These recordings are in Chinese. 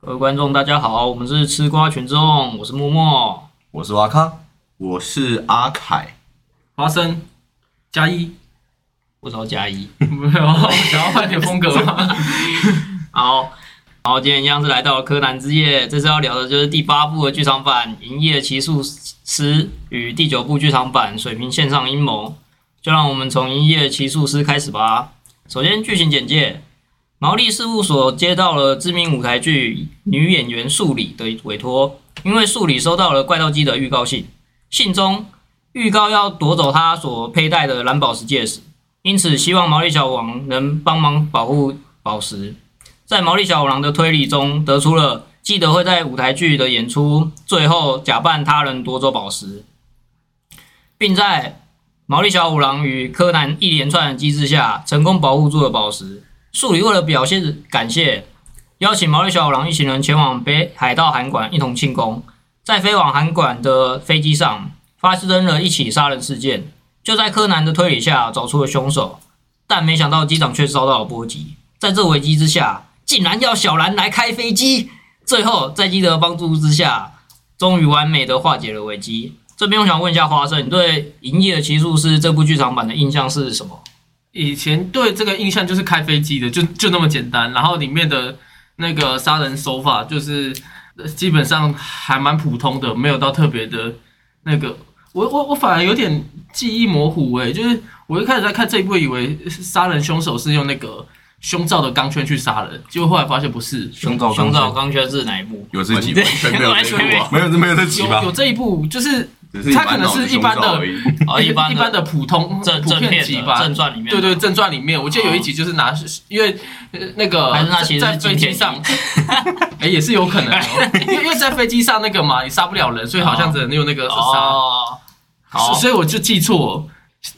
各位观众，大家好，我们是吃瓜群众，我是默默。我是瓦卡，我是阿凯，花生加一， 为什么要加一？没有想要换点风格吗？好，然后今天一样是来到了柯南之夜，这次要聊的就是第八部的剧场版《营业奇术师》与第九部剧场版《水平线上阴谋》。就让我们从《营业奇术师》开始吧。首先，剧情简介：毛利事务所接到了知名舞台剧女演员树里的委托，因为树里收到了怪盗基的预告信，信中预告要夺走他所佩戴的蓝宝石戒指，因此希望毛利小五郎能帮忙保护宝石。在毛利小五郎的推理中得出了基德会在舞台剧的演出最后假扮他人夺走宝石，并在毛利小五郎与柯南一连串的机制下成功保护住了宝石。树里为了表现感谢，邀请毛利小五郎一行人前往北海道函馆一同庆功。在飞往函馆的飞机上发生了一起杀人事件，就在柯南的推理下找出了凶手，但没想到机长却遭到了波及。在这危机之下，竟然要小兰来开飞机。最后，在基德帮助之下，终于完美的化解了危机。这边我想问一下花生，你对《营业的奇术师》这部剧场版的印象是什么？以前对这个印象就是开飞机的，就就那么简单。然后里面的那个杀人手法就是呃基本上还蛮普通的，没有到特别的那个。我我我反而有点记忆模糊诶、就是我一开始在看这一部，以为杀人凶手是用那个胸罩的钢圈去杀人，结果后来发现不是，胸罩胸罩罩钢圈是哪一部？有自己完哦完全全没有完全听过啊，没有没有这集有吧有？这一部就是只是他可能是一般的满脑子胸罩而已哦，一般一般的普通正普正遍片集的吧，正传里面的，哦对对，正传里面，我记得有一集就是拿，因为呃那个还是那其实在是金在飞机田一上， 哎、也是有可能、哦， 因为因为在飞机上那个嘛，你杀不了人，所以好像只能用那个杀，哦，好所，所以我就记错。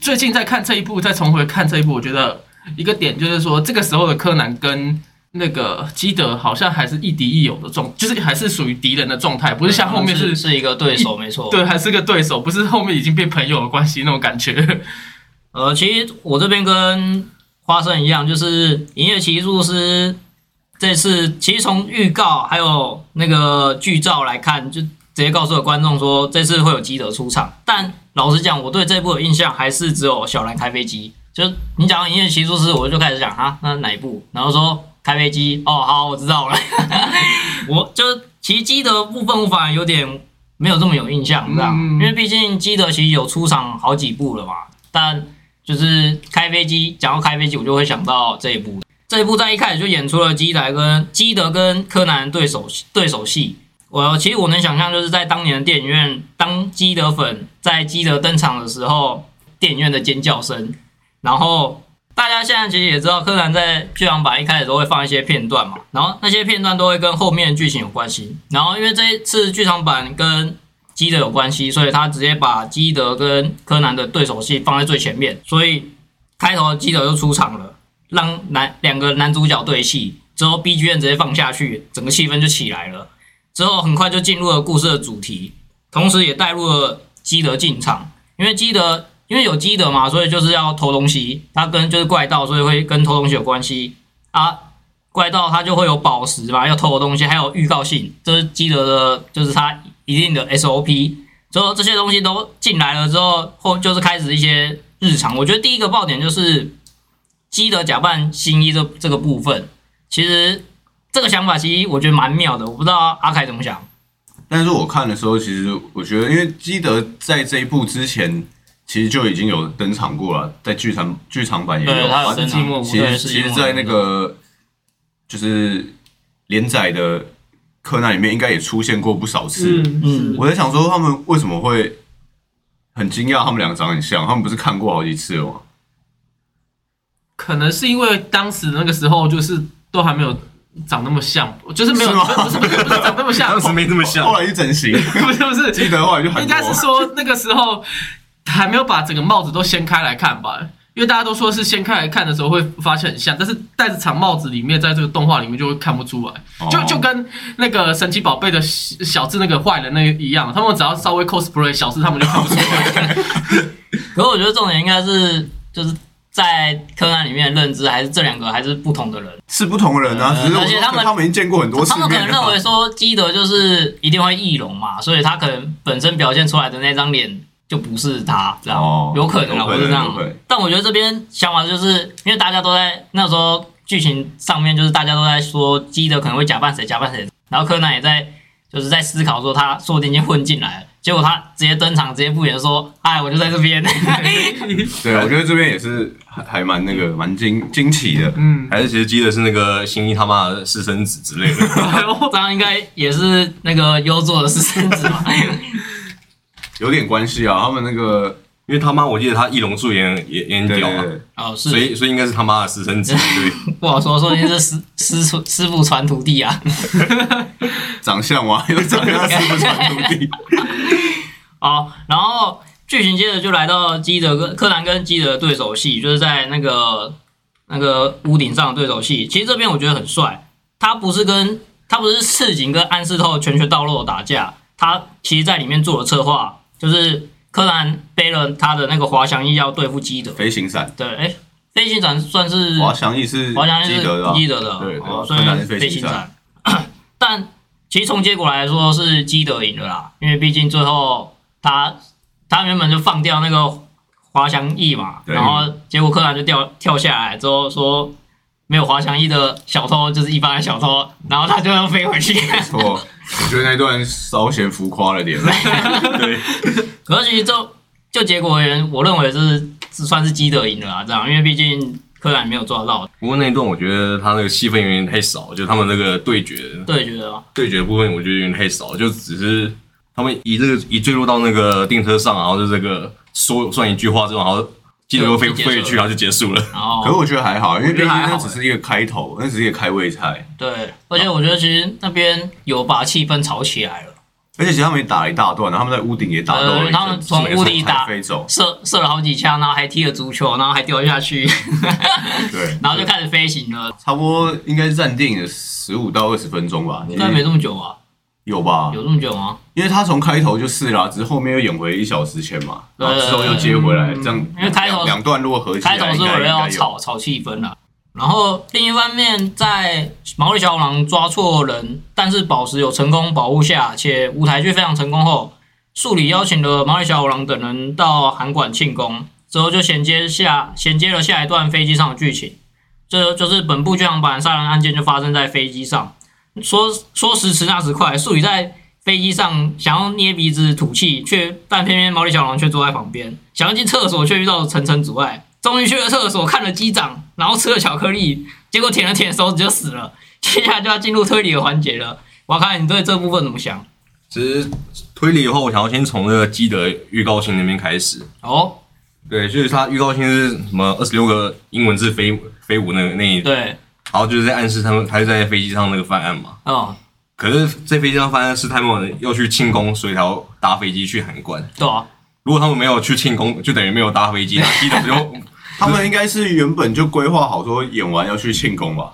最近在看这一部，再重回看这一部，我觉得一个点就是说，这个时候的柯南跟那个基德好像还是亦敌亦友的状，就是还是属于敌人的状态，不是像后面嗯是是是一个对手，没错。对还是个对手，不是后面已经变朋友的关系那种感觉。呃，其实我这边跟花生一样，就是《营业奇术师》这次其实从预告还有那个剧照来看，就直接告诉了观众说这次会有基德出场。但老实讲，我对这部的印象还是只有小兰开飞机。就是你讲到《营业奇术师》，我就开始想啊，那哪一部？然后说开飞机，哦，好，我知道了。我就是其实基德部分，我反而有点没有这么有印象，这样，嗯因为毕竟基德其实有出场好几部了嘛，但就是开飞机，讲到开飞机，我就会想到这一部。这一部在一开始就演出了基德跟基德跟柯南对手对手戏。我其实我能想象，就是在当年的电影院，当基德粉在基德登场的时候，电影院的尖叫声。然后大家现在其实也知道，柯南在剧场版一开始都会放一些片段嘛，然后那些片段都会跟后面的剧情有关系。然后因为这一次剧场版跟基德有关系，所以他直接把基德跟柯南的对手戏放在最前面，所以开头基德就出场了，让男两个男主角对戏之后，BGM 直接放下去，整个气氛就起来了。之后很快就进入了故事的主题，同时也带入了基德进场，因为基德因为有基德嘛，所以就是要偷东西，他跟就是怪盗，所以会跟偷东西有关系啊。怪盗他就会有宝石嘛，要偷的东西，还有预告信，这是基德的，就是他一定的 SOP。之后这些东西都进来了之后，后就是开始一些日常。我觉得第一个爆点就是基德假扮新一这这个部分，其实这个想法其实我觉得蛮妙的，我不知道阿凯怎么想。但是我看的时候，其实我觉得，因为基德在这一部之前，其实就已经有登场过了，在剧场剧场版也对，有。他有啊登是寂场，寞其对实是其因实，为在那个就是连载的柯南里面，应该也出现过不少次。嗯我在想说，他们为什么会很惊讶？他们两个长很像，他们不是看过好几次了吗？可能是因为当时那个时候就是都还没有长那么像，就是没有是吗不是不是不是长那么像，当时没这么像后，来就整形，不是不基是，德后来就很啊应该是说那个时候还没有把整个帽子都掀开来看吧。因为大家都说是掀开来看的时候会发现很像，但是戴着长帽子里面，在这个动画里面就会看不出来，哦就哦就跟那个神奇宝贝的小小智那个坏人那个一样，他们只要稍 呃微 cosplay 小智，他们就看不出来。可是我觉得重点应该是就是在柯南里面的认知还是这两个还是不同的人。是不同的人啊，呃只是我而且说他们他们已经见过很多次他面了们可能认为说基德就是一定会易容嘛，所以他可能本身表现出来的那张脸就不是他，这样、哦有可能啊，有可我能是这样有可能。但我觉得这边想法就是因为大家都在那时候剧情上面，就是大家都在说基德可能会假扮谁假扮谁，然后柯南也在就是在思考说他说不定已经混进来了，结果他直接登场直接不远说，哎，我就在这 边。 对，我觉得这边也是还还蛮那个蛮惊惊奇的。嗯，还是其实基德是那个新一他妈的私生子之类的， 这样应该也是那个优作的私生子嘛？有点关系啊，他们那个因为他妈我记得他易容术也很也也很对屌对啊，对，哦，是，所以所以应该是他妈的 私生子，对，不好说，说不定是师师出师傅传徒弟啊。 长相啊，有长相是不传徒弟， 好，然后剧情接着就来到基德跟柯南跟基德的对手戏，就是在那个那个屋顶上的对手戏。其实这边我觉得很帅，他不是跟他不是赤井跟安室透拳拳到肉打架，他其实在里面做了策划，就是柯南背了他的那个滑翔翼要对付基德。飞行伞。对，哎，飞行伞算是滑翔翼是滑翔翼基是德的啊、基德的，对对哦所芬兰以是飞飞行行伞。 但其实从结果来说是基德赢了啦，因为毕竟最后他他原本就放掉那个滑翔翼嘛，对然后结果柯南就掉跳下来之后说没有滑翔翼的小偷就是一般的小偷，然后他就要飞回去。 错，我觉得那段稍显浮夸了点。可是其实就就结果而言，我认为是是算是基德赢了啊，这样，因为毕竟柯南没有抓到，不过那一段我觉得他那个戏份有点太少，就他们那个对决对，觉得吗对决部分我觉得有点太少，就只是他们一这个一坠落到那个电车上，然后就这个说算一句话之后，然后基德又飞就结束了飞去，然后就结束了。然后可是我觉得还好，因为毕竟我觉得还那好只是一个开头，那只是一个开胃菜，对，而且我觉得其实那边有把气氛炒起来了，而且其实他们也打了一大段，然后他们在屋顶也打斗了一呃，阵，他们从屋里打才飞走，射射了好几枪，然后还踢了足球，然后还掉下去， 对，然后就开始飞行了。差不多应该是暂定的十五到二十分钟吧，你应嗯该没这么久吧？有吧？有这么久吗？因为他从开头就是啦，只是后面又演回一小时前嘛，对然后之后又接回来，嗯这样因为开头两两段如果合起开来，头是应为该了要，应炒炒气氛了。然后另一方面，在毛利小五郎抓错人，但是宝石有成功保护下，且舞台剧非常成功后，树里邀请了毛利小五郎等人到韩馆庆功，之后就衔接下衔接了下一段飞机上的剧情。这就是本部剧场版杀人案件就发生在飞机上。说说时迟那时快，树里在飞机上想要捏鼻子吐气，却但偏偏毛利小狼却坐在旁边，想要进厕所却遇到层层阻碍。终于去了厕所，看了机长，然后吃了巧克力，结果舔了舔手指就死了。接下来就要进入推理的环节了。我看你对这部分怎么想？其实推理的话，我想要先从那个基德预告信那边开始。哦，对，就是他预告信是什么二十六个英文字飞飞舞那个那一，对，然后就是在暗示他们他是在飞机上那个犯案嘛。嗯，可是，在飞机上犯案是他们要去庆功，所以才要搭飞机去函馆。对啊，如果他们没有去庆功，就等于没有搭飞机，然后基德就他们应该是原本就规划好说演完要去庆功吧，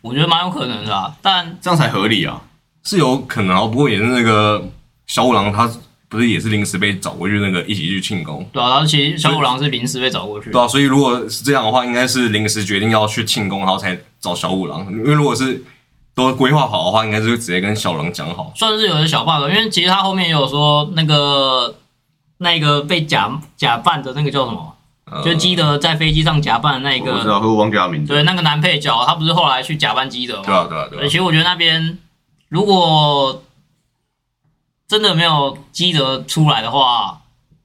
我觉得蛮有可能的啊。但这样才合理啊。是有可能啊，不过也是那个小五郎他不是也是临时被找过去那个一起去庆功，对啊，然后其实小五郎是临时被找过去对，啊，所以如果是这样的话，应该是临时决定要去庆功，然后才找小五郎，因为如果是都规划好的话，应该是直接跟小狼讲好。算是有的小 bug，因为其实他后面也有说那个那个被假假扮的那个叫什么，呃就是基德在飞机上假扮的那嗯我不知个，道，可是我忘记他名字。对，那个男配角，他不是后来去假扮基德吗？对啊，对啊，对对，啊，其实我觉得那边如果真的没有基德出来的话，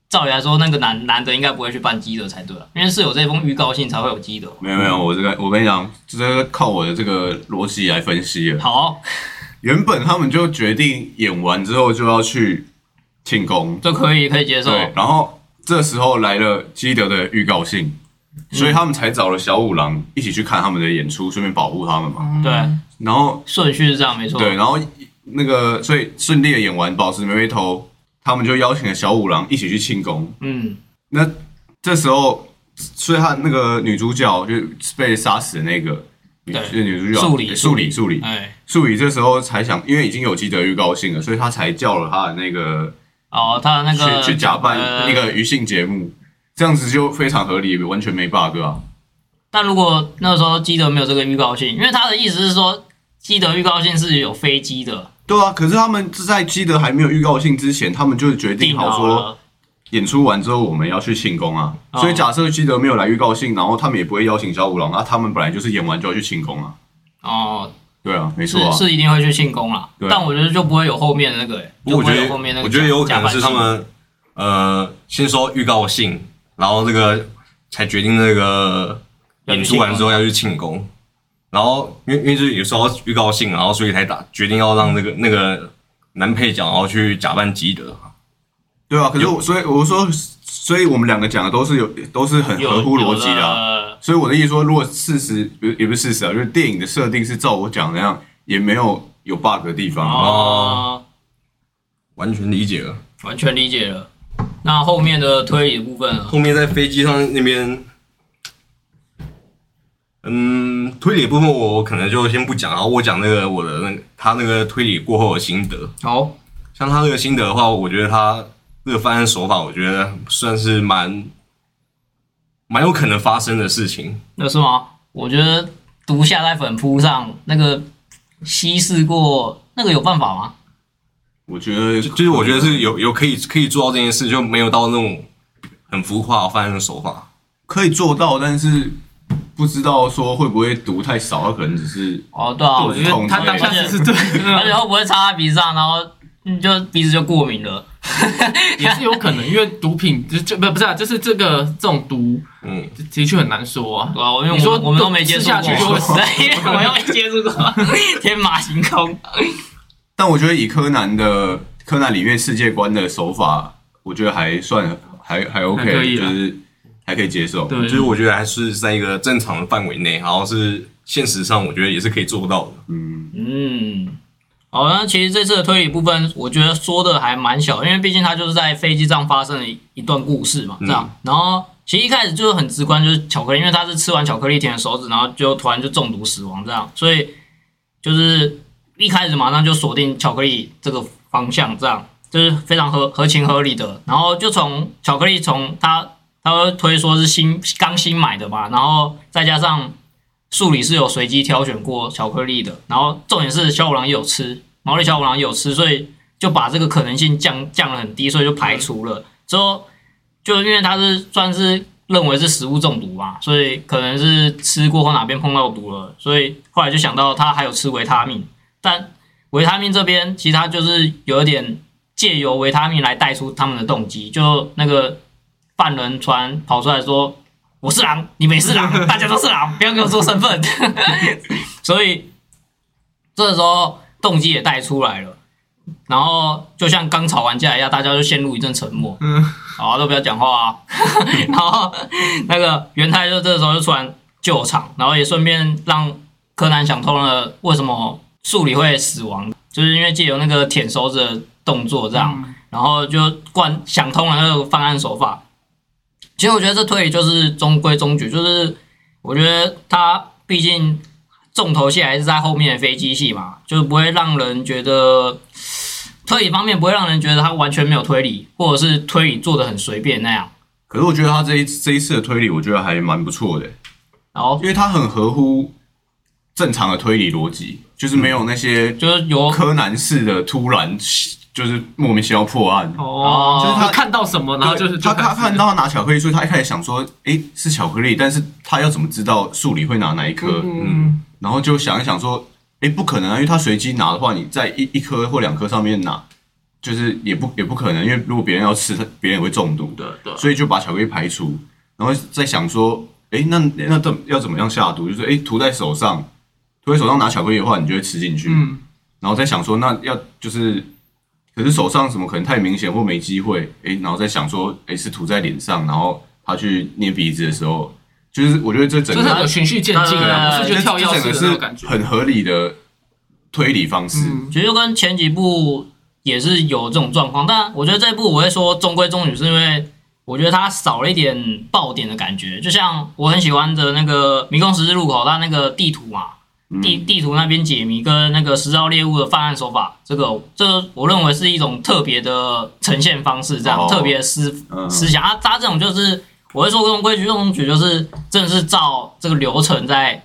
照理来说，那个男男的应该不会去办基德才对啊，因为是有这封预告信才会有基德。没有没有，我这个我跟你讲，这个靠我的这个逻辑来分析了。好，原本他们就决定演完之后就要去庆功，这可以可以接受。对，然后这时候来了基德的预告信，所以他们才找了小五郎一起去看他们的演出，顺便保护他们嘛。对，嗯然后顺序是这样没错。对，然后那个所以顺利的演完《宝石玫瑰头》，他们就邀请了小五郎一起去庆功。嗯，那这时候，所以他那个女主角就是被杀死的那个。女对就是女主角素里素里素里哎，素里这时候才想，因为已经有基德预告信了，所以他才叫了他的那个哦，他那个去去假扮呃一个娱性节目，这样子就非常合理，完全没 bug 啊。但如果那时候基德没有这个预告性，因为他的意思是说，基德预告性是有飞机的，对啊，可是他们在基德还没有预告性之前，他们就决定定好好说了，啊演出完之后我们要去庆功啊。哦所以假设基德没有来预告性，然后他们也不会邀请小五郎啊，他们本来就是演完就要去庆功啊。哦，对啊，没是错啊。是一定会去庆功啦对，但我觉得就不会有后面那个、欸，不过我就不觉会有得后面那个我觉得有可假能是他们呃先说预告性，然后这个才决定那个演出完之后要去庆功，然后因为因为就是有时候预告性，然后所以才打决定要让那个嗯那个男配角然后去假扮基德，对对啊，可是我所以我说，所以我们两个讲的都是有都是很有合乎逻辑的啊。啊，所以我的意思说，如果事实不是也不是事实啊，就是电影的设定是照我讲那样，也没有有 bug 的地方啊。哦哦，完全理解了。完全理解了。那后面的推理部分呢，啊后面在飞机上那边，嗯，推理部分我可能就先不讲，然后我讲那个我的那个他那个推理过后的心得。好，像他这个心得的话，我觉得他这个犯案手法，我觉得算是蛮蛮有可能发生的事情。那是吗？我觉得毒下在粉扑上那个稀释过，那个有办法吗？我觉得就就是我觉得是有有可以可以做到这件事，就没有到那种很浮夸的犯案手法。可以做到，但是不知道说会不会毒太少，他可能只是哦，对啊，肚我子觉因为他当下是是对得，而且的，会不会插在鼻子上，然后嗯就鼻子就过敏了？也是有可能，因为毒品就就不不是啊，就是这个这种毒嗯，的确很难说啊。对啊，因为我你说们我们都没接吃触下过，去就会 死对，因为我又没接触过， 天马行空。但我觉得以柯南的柯南里面世界观的手法，我觉得还算还还 OK，还可以就啦是还可以接受。就对，是我觉得还是在一个正常的范围内，然后是现实上我觉得也是可以做到的。嗯，嗯，好，那其实这次的推理部分，我觉得说的还蛮小，因为毕竟它就是在飞机上发生了一一段故事嘛，这样。然后其实一开始就是很直观，就是巧克力，因为他是吃完巧克力舔了手指，然后就突然就中毒死亡这样，所以就是一开始马上就锁定巧克力这个方向，这样就是非常合合情合理的。然后就从巧克力从他他会推说是新刚新买的嘛，然后再加上数理是有随机挑选过巧克力的，然后重点是小五郎也有吃，毛利小五郎也有吃，所以就把这个可能性降降了很低，所以就排除了。之后就因为他是算是认为是食物中毒嘛，所以可能是吃过或哪边碰到毒了，所以后来就想到他还有吃维他命，但维他命这边其实他就是有一点借由维他命来带出他们的动机，就那个犯人突然跑出来说我是狼，你们也是狼，大家都是狼，不要给我做身份。 所以这时候动机也带出来了，然后就像刚吵完架一样，大家就陷入一阵沉默。嗯，好、啊，都不要讲话啊。 然后那个元太就这时候就突然救场，然后也顺便让柯南想通了为什么树里会死亡，就是因为借由那个舔手指的动作这样。然后就贯想通了那个犯案手法。其实我觉得这推理就是中规中矩，就是我觉得他毕竟重头戏还是在后面的飞机戏嘛，就是不会让人觉得推理方面不会让人觉得他完全没有推理，或者是推理做的很随便那样。可是我觉得他这一这一次的推理，我觉得还蛮不错的，然后因为他很合乎正常的推理逻辑，就是没有那些就是嗯有柯南式的突然就是莫名其妙破案。哦，就是他看到什么，然后就是对他他看。到他拿巧克力，所以他一开始想说，诶，是巧克力，但是他要怎么知道数理会拿哪一颗？就开始嗯，然后就想一想说，哎，不可能啊，因为他随机拿的话，你在一一颗或两颗上面拿，就是也不也不可能，因为如果别人要吃，他别人也会中毒对的，对，所以就把巧克力排除，然后再想说，哎，那那怎要怎么样下毒？就是哎，诶涂在手上，涂在手上拿巧克力的话，你就会吃进去，嗯，然后再想说，那要就是。可是手上什么可能太明显或没机会，哎，然后再想说，哎，是涂在脸上，然后他去捏鼻子的时候，就是我觉得这整就个是有循序渐进对的，啊不是这就跳这钥整个匙的那种感是。觉很合理的推理方式。嗯，其实就跟前几部也是有这种状况，但我觉得这部我会说中规中矩，是因为我觉得它少了一点爆点的感觉。就像我很喜欢的那个《迷宫十字路口》，它那个地图嘛，嗯地地图那边解谜跟那个十兆猎物的犯案手法，这个这我认为是一种特别的呈现方式，这样、哦特别思嗯思想。啊，它这种就是我会说各种规矩，各种矩就是真的是照这个流程在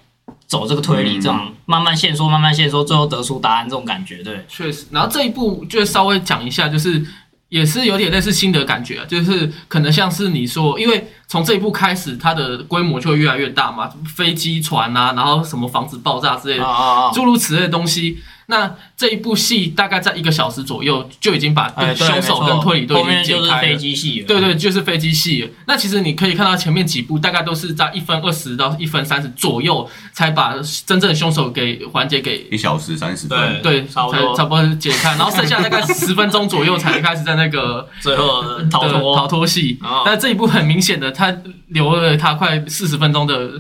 走这个推理，嗯这样慢慢线索，慢慢线索，最后得出答案这种感觉，对。确实，然后这一部就稍微讲一下，就是也是有点类似心得感觉、啊，就是可能像是你说，因为从这一部开始，它的规模就越来越大嘛，飞机、船啊，然后什么防止爆炸之类啊的，啊啊！诸如此类的东西。那这一部戏大概在一个小时左右就已经把哎，对凶手没错跟推理都后已经面解就是开飞了。机戏了，对对，就是飞机戏了。那其实你可以看到前面几部大概都是在一分二十到一分三十左右才把真正的凶手给环节给一小时三十对分，对，差不才多差不多解开，然后剩下大概十分钟左右才开始在 那个最后的逃的逃脱，脱戏哦。但这一部很明显的，他留了他快四十分钟的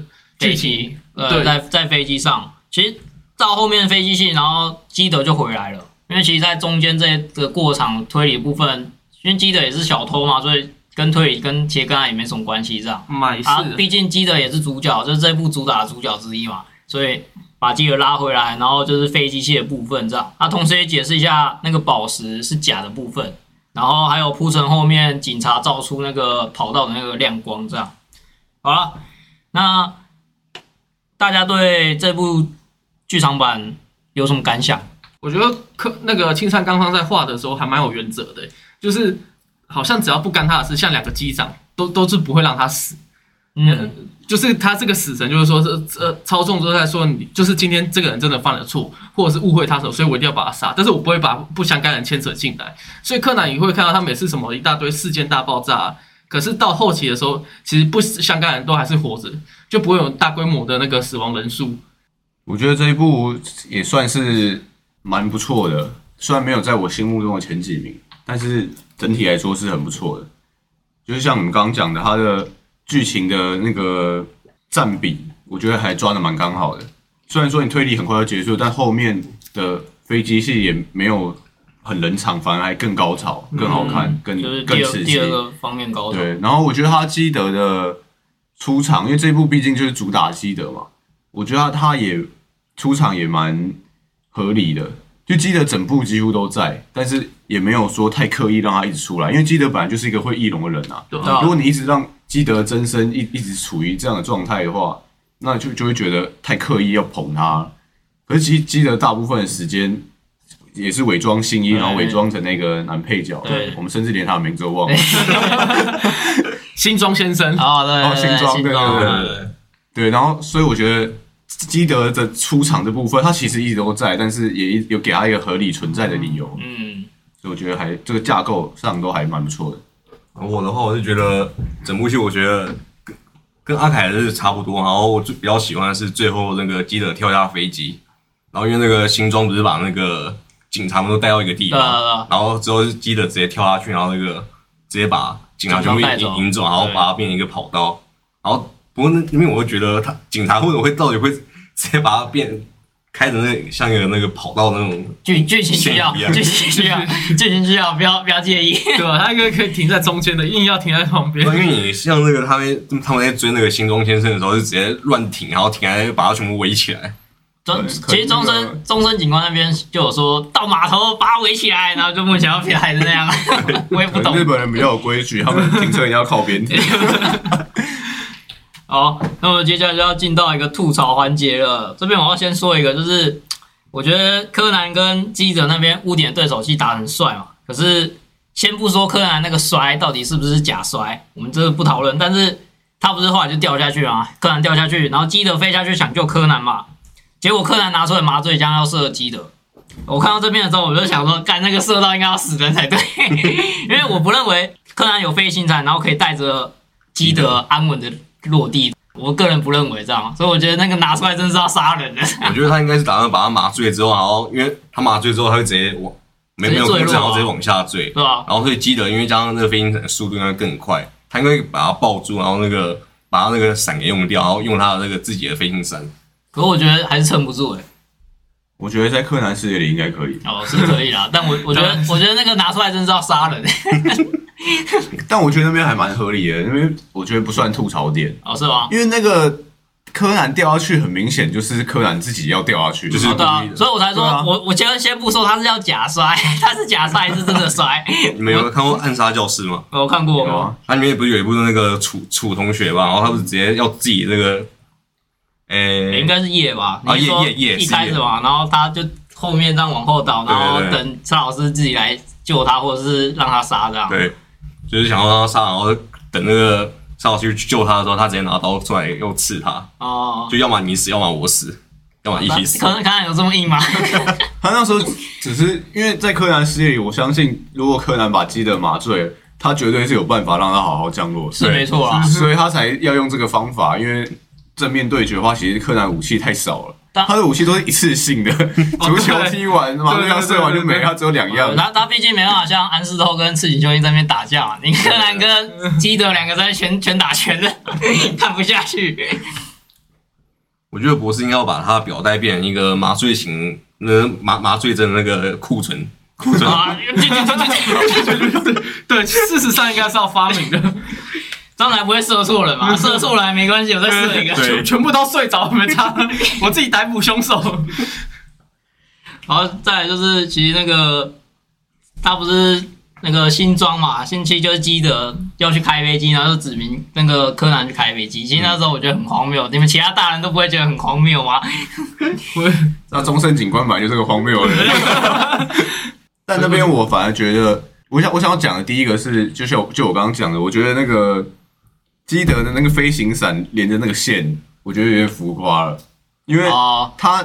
飞剧机情，，呃，对在在飞机上，其实到后面飞机戏，然后基德就回来了，因为其实，在中间这个过场推理部分，因为基德也是小偷嘛，所以跟推理跟其实跟他也没什么关系，这样。买啊，是毕竟基德也是主角，就是这部主打的主角之一嘛，所以把基德拉回来，然后就是飞机器的部分这样。啊，同时也解释一下那个宝石是假的部分，然后还有铺陈后面警察照出那个跑道的那个亮光这样。好了，那大家对这部剧场版有什么感想？我觉得柯那个青山刚刚在画的时候还蛮有原则的，欸就是好像只要不干他的事，像两个机长都都是不会让他死。嗯，就是他这个死神，就是说，这呃操纵都在说你，就是今天这个人真的犯了错，或者是误会他手，所以我一定要把他杀，但是我不会把不相干的人牵扯进来。所以柯南你会看到他每次什么一大堆事件大爆炸，可是到后期的时候，其实不相干的人都还是活着，就不会有大规模的那个死亡人数。我觉得这一部也算是蛮不错的，虽然没有在我心目中的前几名，但是整体来说是很不错的。就是像我们刚刚讲的，它的剧情的那个占比，我觉得还抓的蛮刚好的。虽然说你推理很快就结束，但后面的飞机戏也没有很冷场，反而还更高潮、更好看、更就是嗯更第二刺激第。二个方面高手，对，然后我觉得他基德的出场，因为这部毕竟就是主打基德嘛，我觉得他他也出场也蛮合理的。就基德整部几乎都在，但是也没有说太刻意让他一直出来，因为基德本来就是一个会易容的人啊。对啊如果你一直让基德真身一一直处于这样的状态的话，那就就会觉得太刻意要捧他了。可是基基德大部分的时间也是伪装新一，然后伪装成那个男配角对，我们甚至连他的名字都忘了。新庄先生，哦，对哦对对，新装对对对装对对，对，然后所以我觉得基德的出场这部分，他其实一直都在，但是也有给他一个合理存在的理由，嗯，所以我觉得还这个架构上都还蛮不错的。我的话，我是觉得整部戏，我觉得跟跟阿凯是差不多。然后我最比较喜欢的是最后那个基德跳下飞机，然后因为那个新装不是把那个警察们都带到一个地对对啊方，对。然后之后是基德直接跳下去，然后那个直接把警察全部警察带走引引走，然后对把它变成一个跑道。然后不过那因为我会觉得他警察为什么会到底会直接把它变开成那像一个那个跑道那种剧剧情需 要，先不要剧情需要，剧情需要，不要不要介意。 对吧、他应该可以停在中间的，硬要停在旁边对，。 因为你像那个他们他们在追那个新中先生的时候，就直接乱停，然后停来把他全部围起来。中对其实可能终那个身终身警官那边就有说到码头把他围起来，然后就莫名其妙还是那样， 我也不可能懂日。本人比较有规矩，他们 停车一定要靠边停。好，那么接下来就要进到一个吐槽环节了。这边我要先说一个，就是我觉得柯南跟基德那边污点对手戏打得很帅嘛，可是先不说柯南那个摔到底是不是假摔，我们这个不讨论。但是他不是后来就掉下去了嘛，柯南掉下去，然后基德飞下去想救柯南嘛，结果柯南拿出了麻醉枪要射基德。我看到这边的时候，我就想说，干那个射到应该要死人才对， 因为我不认为柯南有飞行伞，然后可以带着基德安稳的落地。我个人不认为这样，啊所以我觉得那个拿出来真是要杀人的。 我觉得他应该是打算把他麻醉之后，然后因为他麻醉之后，他会直接往没直接没有坠控制，落啊然后直接往下坠。对吧？然后所以基德因为加上那个飞行伞的速度应该更快，他应该把他抱住，然后那个把他那个伞给用掉，然后用他的那个自己的飞行伞。可我觉得还是撑不住哎、我觉得在柯南世界里应该可以，哦是可以啦，但我我觉 得我觉得那个拿出来真是要杀人、欸，但我觉得那边还蛮合理的，那边我觉得不算吐槽点，哦是吗？因为那个柯南掉下去很明显就是柯南自己要掉下去，就是哦对啊故意，的所以我才说，对啊我我先先不说他是要假摔， 他是假摔还是真的摔？ 你们有看过《暗杀教室》吗？我看过，有啊，它里面不是有一部那个楚楚同学嘛，然后他不是直接要自己那个，诶、应该是夜吧？啊你是说夜夜夜一开始是夜嘛，然后他就后面这样往后倒，对然后对对等陈老师自己来救他，或者是让他杀这样。对，就是想要让他杀，然后等那个沙老师去救他的时候，他直接拿刀出来又刺他，哦，就要么你死，要么我死，要么一起死可。能看有这么硬吗？他那时候只是因为在柯南世界里，我相信如果柯南把基德麻醉了，他绝对是有办法让他好好降落的，是没错啊啦。所以他才要用这个方法，因为。正面对决的话，其实柯南武器太少了，但他的武器都是一次性的，足球踢完，麻对对将对射完就对没哦对，他只有两样。他他毕竟没办法像安室透跟赤井秀一在那边打架嘛，你柯南跟基德两个在拳拳打拳的，看不下去。我觉得博士应该要把他的表带变成一个麻醉型，那麻麻醉针的那个库存，库存。啊，就就就就就对，事实上应该是要发明的，张才不会射错人嘛，射错人还没关系，我再射一个。对全全部都睡着，没差，我自己逮捕凶手。然后再来就是，其实那个他不是那个新装嘛，星期就是基德要去开飞机，然后就指明那个柯南去开飞机。其实那时候我觉得很荒谬，你们其他大人都不会觉得很荒谬吗？那中盛警官本来就是个荒谬 的人。但那边我反而觉得，我想我想要讲的第一个是，就像我就我刚刚讲的，我觉得那个基德的那个飞行伞连着那个线，我觉得有点浮夸了，因为哦，他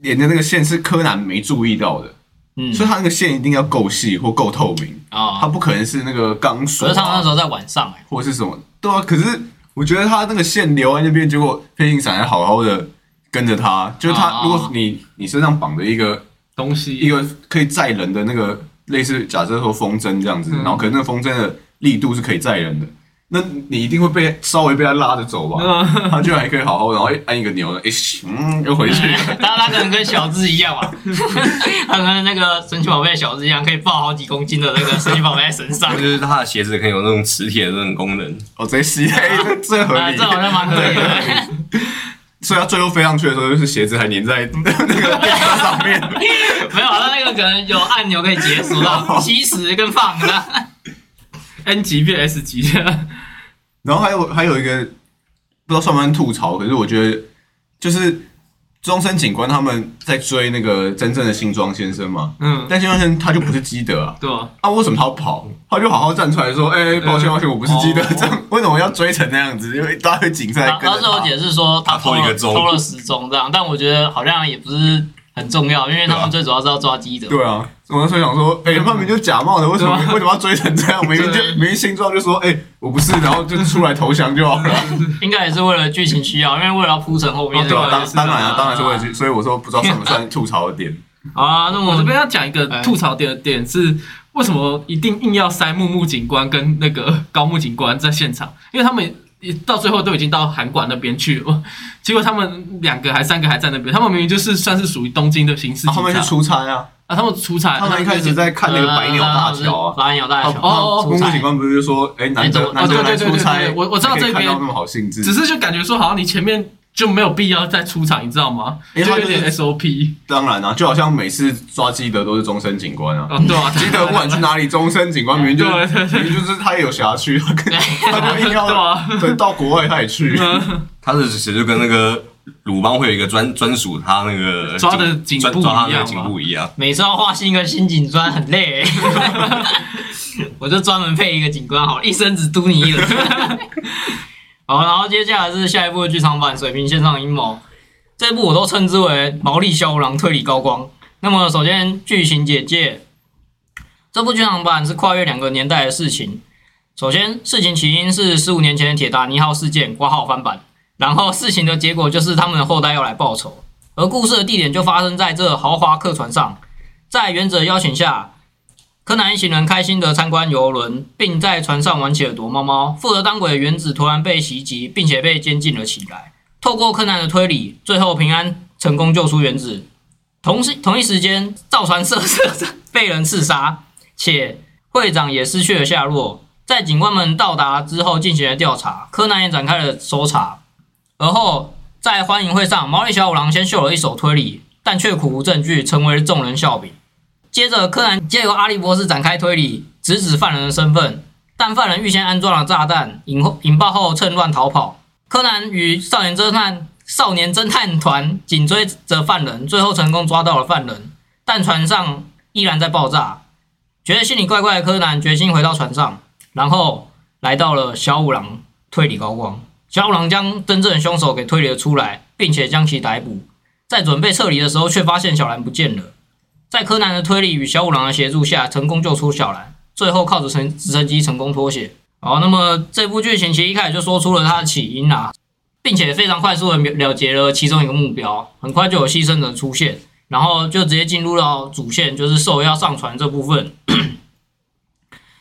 连着那个线是柯南没注意到的，嗯，所以他那个线一定要够细或够透明，他哦，不可能是那个钢索可啊、是他们那时候在晚上哎、或者是什么，对啊，可是我觉得他那个线留在那边，结果飞行伞还好好的跟着他，就是啊他如果你你身上绑着一个东一西个可以载人的那个类似假设说风筝这样子，嗯然后可是那个风筝的力度是可以载人的，那你一定会被稍微被他拉着走吧？嗯他居然还可以好好，然后一按一个钮，哎、嗯，又回去了。 他他可能跟小智一样嘛，他跟那个神奇宝贝小智一样，可以抱好几公斤的那个神奇宝贝在身 上 就。是他的鞋子可以有那种磁铁的那种功能，哦，直接吸，哎这这合啊，理这。好像蛮合理的。所以他最后飞上去的时候，就是鞋子还粘在那个 电车上面。没有，他那个可能有按钮可以解锁到起始跟放的。 N 级变 S 级，然后还有还有一个不知道算不算吐槽，可是我觉得就是终身警官他们在追那个真正的新庄先生嘛，嗯，但新庄先生他就不是基德啊，对吧？啊为什么他要跑？他就好好站出来说，哎、抱歉抱歉，我不是基德，哦这样为什么要追成那样子？因为一大堆警察然在跟后着最后解他。释说他他偷偷一了个钟偷了十钟这样，但我觉得好像也不是很重要，因为他对啊们最主要是要抓基德。对啊，我那时候想说，哎、他们就假冒的，为什么对啊为什么要追成这样？明明就对明明新庄就说，哎、我不是，然后就出来投降就好了。应该也是为了剧情需要，因为为了要铺陈后面哦这 对个啊，当当然啊，当然是会啊去，所以我说不知道算不算吐槽 的点。好啊，那我这我边要讲一个哎吐槽点的点是，为什么一定硬要塞木木警官跟那个高木警官在现场？因为他们也到最后都已经到韩馆那边去了，结果他们两个还三个还在那边，他们明明就是算是属于东京的刑事警啊察，他们去出差啊，啊，他们出差，他们一开始在看那个百鸟大桥啊。白鸟大他桥哦哦出公差务警官不是就说，哎，难哎得怎么难得来出哦对对对对差，对我我知道才可以这边看到那么好兴致，只是就感觉说好像你前面就没有必要再出场，你知道吗？就因为他有就是点 SOP 当然啊，就好像每次抓基德都是终身警 官啊。啊，对啊，基德不管去哪里，终身警官明明就对对对明明就是他也有辖区， 他跟他就硬 对要啊，嗯对到国外他也去，他的其实就跟那个鲁邦会有一个专专属他那个抓的警警专部抓他一那个样警嘛部一样。每次要画新一个新警专很累、我就专门配一个警官好了，一生只督你一人。好，然后接下来是下一部的剧场版《水平线上的阴谋》，这部我都称之为毛利小五郎推理高光。那么首先剧情简介，这部剧场版是跨越两个年代的事情。首先，事情起因是十五年前的铁达尼号事件挂号翻版，然后事情的结果就是他们的后代要来报仇，而故事的地点就发生在这豪华客船上。在原者邀请下，柯南一行人开心地参观游轮，并在船上玩起了躲猫猫。负责当鬼的原子突然被袭击，并且被监禁了起来。透过柯南的推理，最后平安成功救出原子。同时，同一时间，造船社社长被人刺杀，且会长也失去了下落。在警官们到达之后进行了调查，柯南也展开了搜查。而后在欢迎会上，毛利小五郎先秀了一手推理，但却苦无证据，成为众人笑柄。接着，柯南借由阿笠博士展开推理，直指犯人的身份，但犯人预先安装了炸弹，引后引爆后趁乱逃跑。柯南与少年侦探少年侦探团紧追着犯人，最后成功抓到了犯人，但船上依然在爆炸。觉得心里怪怪的柯南决心回到船上，然后来到了小五郎推理高光。小五郎将真正的凶手给推理了出来，并且将其逮捕。在准备撤离的时候，却发现小兰不见了。在柯南的推理与小五郎的协助下，成功救出小兰，最后靠着乘直升机成功脱险。好，那么这部剧情其实一开始就说出了它的起因啦、并且非常快速的了结了其中一个目标，很快就有牺牲者出现，然后就直接进入到主线，就是受邀上船这部分。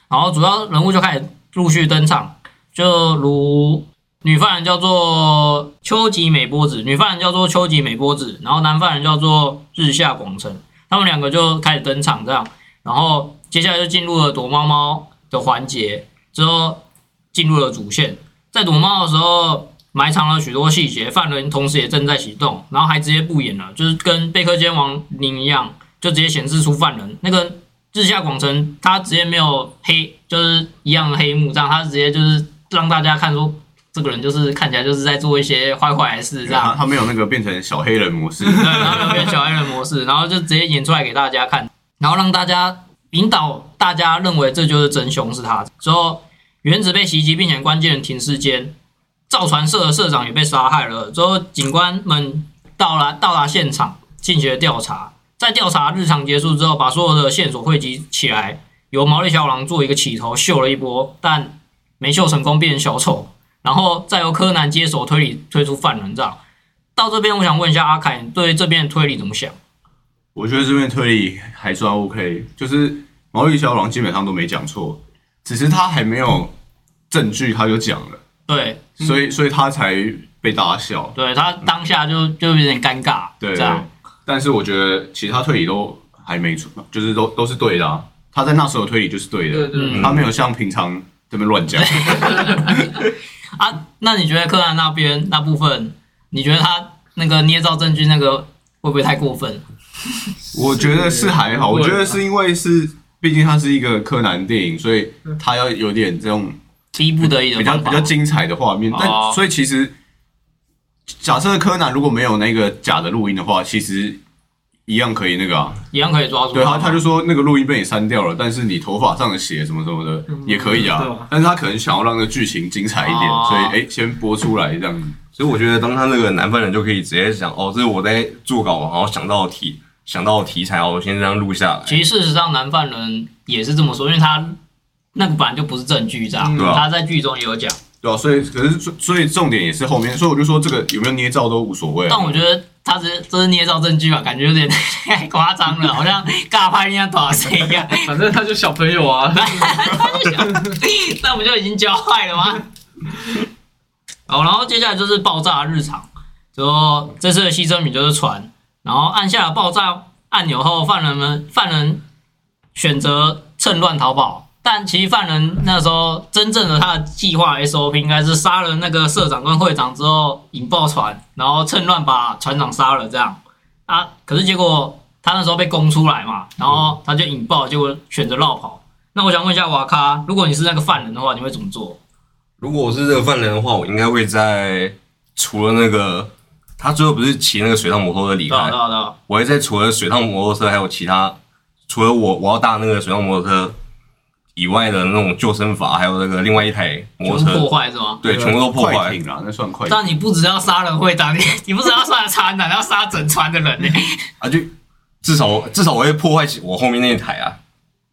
然后主要人物就开始陆续登场，就如女犯人叫做秋吉美波子，女犯人叫做秋吉美波子，然后男犯人叫做日下广成，他们两个就开始登场这样，然后接下来就进入了躲猫猫的环节，之后进入了主线，在躲猫的时候埋藏了许多细节，犯人同时也正在行动，然后还直接不演了，就是跟贝克间亡灵一样，就直接显示出犯人那个日下广成，他直接没有黑，就是一样的黑幕这样，他直接就是让大家看说。这个人就是看起来就是在做一些坏坏的事，这样他他没有 那个变成小黑人模式，嗯对，然后有变小黑人模式，然后就直接演出来给大家看，然后让大家引导大家认为这就是真凶是他。之后，原子被袭击，并且关键的停尸间，造船社的社长也被杀害了。之后，警官们到达到达现场进行了调查，在调查日常结束之后，把所有的线索汇集起来，由毛利小五郎做一个起头，秀了一波，但没秀成功，变成小丑。然后再由柯南接手推理推出犯人这样。到这边，我想问一下阿凯，你对这边的推理怎么想？我觉得这边推理还算 OK，就是毛利小五郎基本上都没讲错，只是他还没有证据他就讲了，对，所以所以他才被大家笑。对他当下就就有点尴尬，嗯对这样，但是我觉得其他推理都还没错，就是都都是对的、啊。他在那时候推理就是对的，对啊对嗯他没有像平常这边乱讲。 啊。那你觉得柯南那边那部分，你觉得他那个捏造证据那个会不会太过分？我觉得是还好，我觉得是因为是，毕竟它是一个柯南电影，所以嗯它要有点这种逼不得已的比较方法比较精彩的画面。但哦所以其实，假设柯南如果没有那个假的录音的话，其实一样可以那个啊。一样可以抓住对他，吗他就说那个录音被你删掉了，但是你头发上的血什么什么的也可以对啊啊。但是他可能想要让这剧情精彩一点，哦所以哎，先播出来这样子。所以我觉得，当他那个男犯人就可以直接想，哦，这是我在做稿，然后想到的题想到的题材，我先这样录下来。其实事实上，男犯人也是这么说，因为他那个本来就不是证据，这嗯样、对啊他在剧中也有讲。对啊，所以可是所以重点也是后面，所以我就说这个有没有捏造都无所谓啊。但我觉得他只是这是捏造证据吧，啊感觉有点 太夸张了，好像尬拍人家打谁一样。反正他就小朋友啊，那不就已经教坏了吗？好，然后接下来就是爆炸日常，就说这次的牺牲品就是船，然后按下了爆炸按钮后，犯人们犯人选择趁乱逃跑，但其实犯人那时候真正的他的计划 SOP 应该是杀了那个社长跟会长之后引爆船，然后趁乱把船长杀了这样啊，可是结果他那时候被攻出来嘛，然后他就引爆，结果选择绕跑。那我想问一下瓦卡，如果你是那个犯人的话，你会怎么做？如果我是这个犯人的话，我应该会在除了那个他最后不是骑那个水上摩托车离对啊开对，啊对啊，我会在除了水上摩托车还有其他，除了我我要搭那个水上摩托车以外的那种救生筏，还有那个另外一台摩托啊全部破车，坏是吗？对，全部都破快坏。艇啊，那算快艇。但你不只要杀了会长，你 你不只要杀了船长，你要杀整船的人呢、啊，就至少我至少我会破坏我后面那一台啊。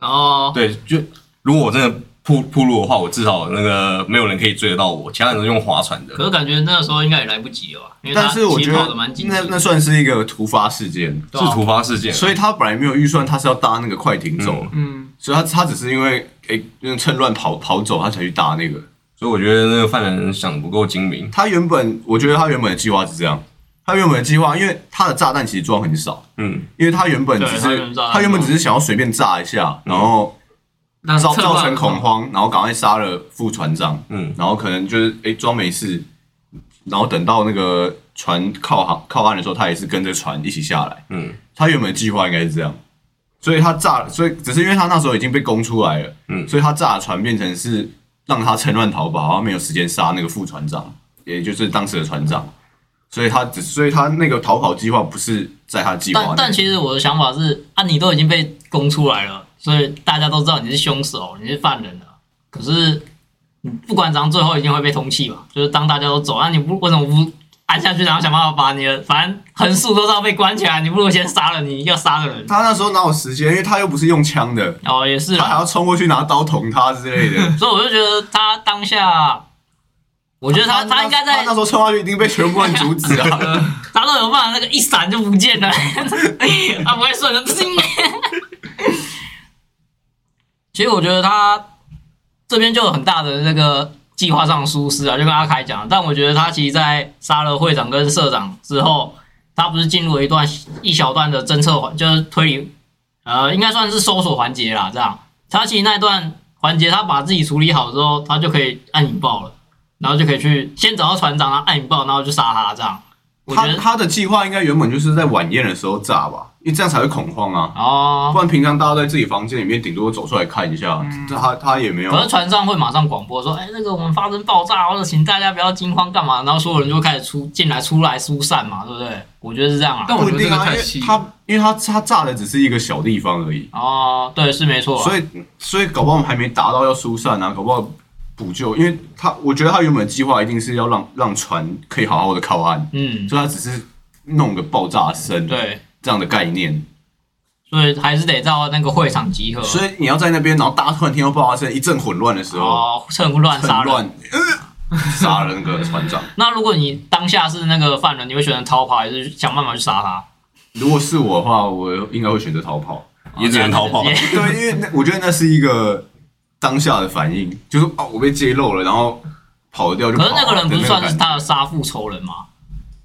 然后对，就如果我真的铺铺路的话，我至少那个没有人可以追得到我，其他人都用划船的。可是感觉那个时候应该也来不及了吧？因为他但是我其觉实跑的得蛮紧那急那算是一个突发事件，是突发事件，所以他本来没有预算，他是要搭那个快艇走，嗯，所以他他只是因为诶、就是趁乱跑跑走，他才去搭那个。所以我觉得那个犯人想得不够精明。他原本我觉得他原本的计划是这样，他原本的计划，因为他的炸弹其实装很少，嗯，因为他原本对只他原是本炸弹他原本只是想要随便炸一下，然后那造策划造成恐慌，然后赶快杀了副船长，嗯然后可能就是诶装、没事，然后等到那个船靠航靠岸的时候，他也是跟着船一起下来。嗯，他原本的计划应该是这样，所以他炸，所以只是因为他那时候已经被攻出来了，嗯所以他炸的船变成是让他趁乱逃跑，然后没有时间杀那个副船长，也就是当时的船长，所以他只，所以他那个逃跑计划不是在他计划但内，但其实我的想法是，啊，你都已经被供出来了，所以大家都知道你是凶手，你是犯人了。可是你不管怎样，最后一定会被通缉吧？就是当大家都走，啊那、你不为什么不按下去，然后想办法把你的反正横竖都是要被关起来，你不如先杀了你要杀的人。他那时候哪有时间，因为他又不是用枪的，哦，也是他还啦，要冲过去拿刀捅他之类的。所以我就觉得他当下，我我觉得他他应该在那时候冲下去一定被全部人阻止啊！ 打到有办法，那个一闪就不见了，哎他不会顺着。其实我觉得他这边就有很大的那个计划上疏失啊，就跟阿凯讲，但我觉得他其实在杀了会长跟社长之后，他不是进入了一段一小段的侦测环，就是推理，呃，应该算是搜索环节啦。这样，他其实那段环节，他把自己处理好之后，他就可以按引爆了，然后就可以去先找到船长，然后按引爆，然后就杀他这样。我觉他得他的计划应该原本就是在晚宴的时候炸吧，因为这样才会恐慌啊。哦嗯不，然平常大家在自己房间里面，顶多走出来看一下，这他他也没有可。是船上会马上广播说，哎、那个我们发生爆炸，或者请大家不要惊慌，干嘛？然后所有人就会开始出进来、出来疏散嘛，对不对？我觉得是这样啊。但我不觉一得这定个啊，因太为细，他因为他他炸的只是一个小地方而已，哦，对，是没错啊。所以所以搞不好我们还没达到要疏散啊，搞不好补救，因为他我觉得他原本的计划一定是要让让船可以好好的靠岸，嗯，所以他只是弄个爆炸声对，这样的概念，所以还是得到那个会场集合，所以你要在那边，然后大家突然听到爆炸声，一阵混乱的时候，哦，趁乱很杀人。乱，呃杀了那个船长。那如果你当下是那个犯人，你会选择逃跑，还是想办法去杀他？如果是我的话，我应该会选择逃跑。也只能逃跑 啊也对，因为那我觉得那是一个当下的反应，就是哦，我被揭露了，然后跑掉就跑可啊。是那个人不是的算感是觉他的杀父仇人吗？